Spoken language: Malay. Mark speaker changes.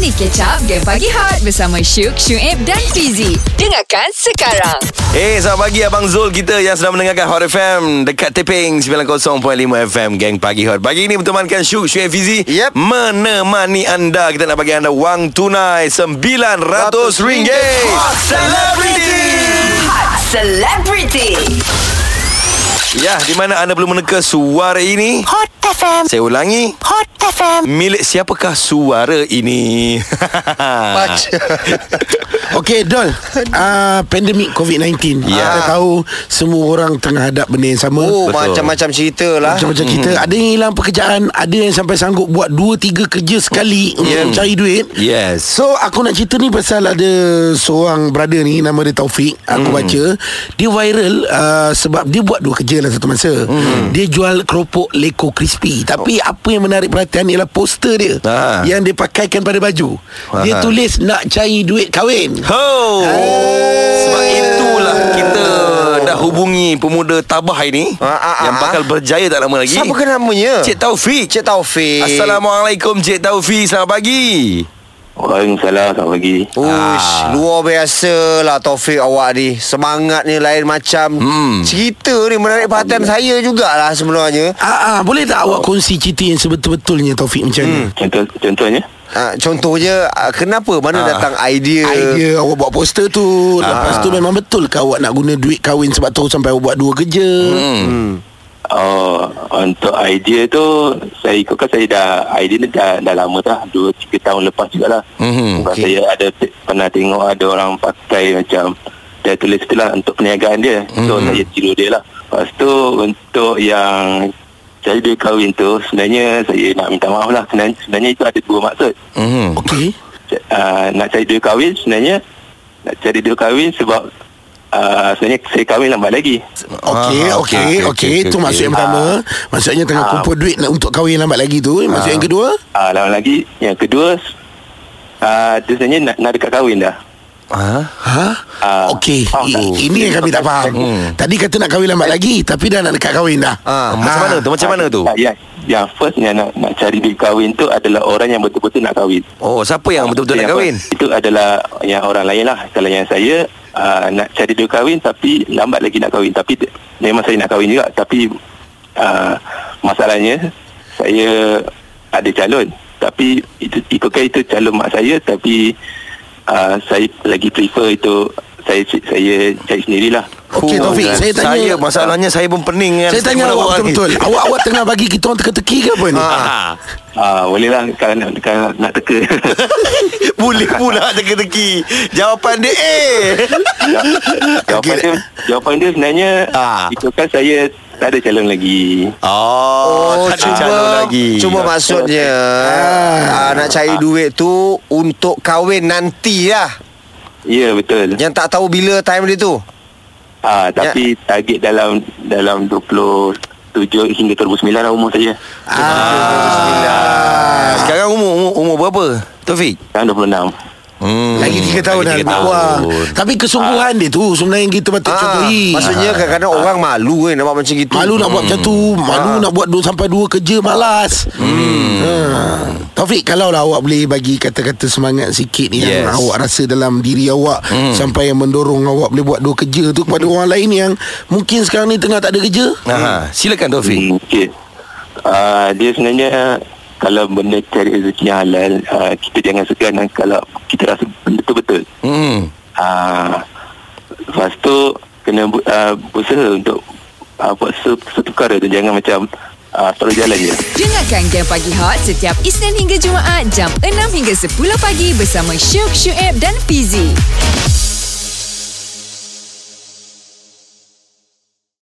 Speaker 1: Mari catch up Game Pagi Hot Bersama Syuk, Syuib dan Fizi Dengarkan sekarang
Speaker 2: Eh, hey, selamat pagi Abang Zul kita yang sedang mendengarkan Hot FM dekat Teping 90.5 FM Geng Pagi Hot. Pagi ini bertemankan Syuk, Syuk Fizi
Speaker 3: Yep.
Speaker 2: menemani anda. Kita nak bagi anda wang tunai RM900.
Speaker 3: Hot
Speaker 2: Celebrity!
Speaker 1: Hot Celebrity
Speaker 2: Ya, di mana anda perlu meneka suara ini?
Speaker 4: Hot FM,
Speaker 2: Saya ulangi.
Speaker 4: Hot FM.
Speaker 2: Milik siapakah suara ini?
Speaker 3: Pac.
Speaker 5: Okay Dol uh, Pandemik COVID-19
Speaker 2: Ya.
Speaker 5: Kita tahu Semua orang tengah hadap benda yang sama
Speaker 3: Oh,
Speaker 2: Betul.
Speaker 3: macam-macam cerita lah.
Speaker 5: Macam-macam kita Ada yang hilang pekerjaan Ada yang sampai sanggup Buat 2-3 kerja sekali Untuk cari duit
Speaker 2: yes.
Speaker 5: So aku nak cerita ni pasal ada seorang brother ni Nama dia Taufik Aku baca Dia viral uh, sebab dia buat dua kerja lah satu masa Dia jual keropok Leko Crispy Tapi apa yang menarik perhatian ialah poster dia
Speaker 2: Ah.
Speaker 5: Yang dia pakaikan pada baju
Speaker 2: Ah.
Speaker 5: Dia tulis nak cari duit kahwin
Speaker 2: Ho! Sebab itulah kita dah hubungi pemuda tabah ini
Speaker 3: Ah, ah,
Speaker 2: yang
Speaker 3: ah,
Speaker 2: bakal berjaya tak lama lagi.
Speaker 3: Siapa ke namanya?
Speaker 2: Cik Taufik.
Speaker 3: Cik Taufik.
Speaker 2: Assalamualaikum Cik Taufik. Selamat pagi.
Speaker 6: Waalaikumsalam Selamat pagi
Speaker 3: Ush,
Speaker 5: Ah.
Speaker 3: luar biasa lah Taufik awak ni. Semangat ni lah. lain macam.
Speaker 2: Hmm.
Speaker 3: Cerita ni menarik perhatian saya jugalah sebenarnya.
Speaker 5: Ah, ah, boleh tak awak kongsi cerita yang sebetul-betulnya Taufik macam mana?
Speaker 3: Hmm.
Speaker 6: Contoh, Contohnya
Speaker 3: Ha, contohnya, ah, kenapa mana datang idea?
Speaker 5: Idea awak buat poster tu Lepas
Speaker 3: Ah.
Speaker 5: tu memang betul ke awak nak guna duit kahwin Sebab tu sampai awak buat dua kerja
Speaker 2: Hmm.
Speaker 6: oh, Untuk idea tu Saya ikut kan saya dah Idea ni dah, dah lama dah 2-3 tahun lepas jugalah
Speaker 2: Mhm.
Speaker 6: Sebab
Speaker 3: Okey.
Speaker 6: saya ada te- Pernah tengok ada orang pakai macam Dia tulis tu lah Untuk perniagaan dia So saya tiru dia lah Lepas tu Untuk yang Saya dia kahwin tu Sebenarnya Saya nak minta maaf lah Sebenarnya, sebenarnya itu ada dua maksud
Speaker 2: Mhm.
Speaker 5: Okey
Speaker 6: uh, nak cari duit kahwin sebenarnya nak cari duit kahwin sebab uh, sebenarnya saya kahwin lambat lagi.
Speaker 5: Okey
Speaker 2: Ah, okey, okey,
Speaker 5: Okey Okey
Speaker 2: okey, Ha?
Speaker 5: Itu
Speaker 2: okey.
Speaker 3: Ah.
Speaker 5: maksud yang pertama Maksudnya tengah kumpul duit nak untuk kahwin lambat lagi tu Maksud
Speaker 3: Ah.
Speaker 5: yang kedua
Speaker 6: Uh, lambat lagi. Yang kedua uh, dia sebenarnya nak, nak dekat kahwin dah.
Speaker 2: Ah.
Speaker 5: Ha?
Speaker 6: Ah,
Speaker 5: Okey
Speaker 6: faham
Speaker 5: I-
Speaker 6: tak?
Speaker 5: Ini yang kami tak faham Tadi kata nak kahwin lambat lagi Tapi dah nak dekat kahwin dah
Speaker 3: Hmm. Ah,
Speaker 2: Macam mana tu? Macam mana tu?
Speaker 6: Uh, yang, yang first yang nak, nak cari duit kahwin tu adalah orang yang betul-betul nak kahwin.
Speaker 2: Oh, siapa yang betul-betul nak
Speaker 6: Yang
Speaker 2: kahwin?
Speaker 6: first, Itu adalah yang orang lain lah. Kalau yang saya uh, nak cari duit kahwin tapi lambat lagi nak kahwin. Tapi t- memang saya nak kahwin juga tapi uh, masalahnya saya ada calon tapi itu ikutkan itu calon mak saya tapi uh, saya lagi prefer itu saya saya cari sendirilah.
Speaker 5: Okey,
Speaker 2: Fuh,
Speaker 5: Taufik, saya tanya-
Speaker 2: Saya masalahnya saya pun pening kan.
Speaker 5: Saya
Speaker 2: Orang
Speaker 5: tanya awak
Speaker 2: ni.
Speaker 5: betul-betul Awak awak tengah bagi kita orang teka-teki ke apa ni?
Speaker 2: Ah.
Speaker 6: Ah uh, bolehlah kalau nak, kalau nak teka.
Speaker 2: Boleh pula teka-teki. Jawapan dia eh.
Speaker 6: jawapan dia jawapan dia sebenarnya
Speaker 2: Ah.
Speaker 6: uh. ikutkan saya tak ada calon lagi.
Speaker 2: Oh, tak ada calon lagi.
Speaker 3: Cuma maksudnya ah, nak cari duit tu untuk kahwin nanti lah.
Speaker 6: Ya betul.
Speaker 3: Yang tak tahu bila time dia tu.
Speaker 6: Ah tapi target dalam dalam 27 hingga 29 lah umur saya.
Speaker 2: Ah, Sekarang umur umur, umur berapa? Taufik?
Speaker 6: Sekarang 26.
Speaker 2: Hmm.
Speaker 5: Lagi tiga tahun dah
Speaker 2: Lagi tiga
Speaker 5: lepas. Wah. Tapi kesungguhan dia tu sebenarnya yang kita patut
Speaker 3: Ah,
Speaker 5: contohi.
Speaker 3: maksudnya kadang-kadang orang malu kan nampak macam gitu.
Speaker 5: malu nak buat macam tu, malu nak buat dua sampai dua kerja malas. Ah. Hmm. Ha. Taufik kalau lah awak boleh bagi kata-kata semangat sikit ni
Speaker 2: Yes.
Speaker 5: yang awak rasa dalam diri awak sampai yang mendorong awak boleh buat dua kerja tu kepada orang lain yang mungkin sekarang ni tengah tak ada kerja.
Speaker 2: Aha, silakan Taufik.
Speaker 6: Hmm, Okey. Ah dia sebenarnya kalau benda cari rezeki yang halal ah, kita jangan segan dan kalau kita rasa benda tu betul.
Speaker 2: Hmm.
Speaker 6: Ah lepas tu kena bu- ah, berusaha untuk ah, buat se- satu perkara tu jangan macam ah, selalu jalan je.
Speaker 1: Dengarkan Game Pagi Hot Setiap Isnin hingga Jumaat Jam 6 hingga 10 pagi Bersama Syuk, Syuib dan Fizi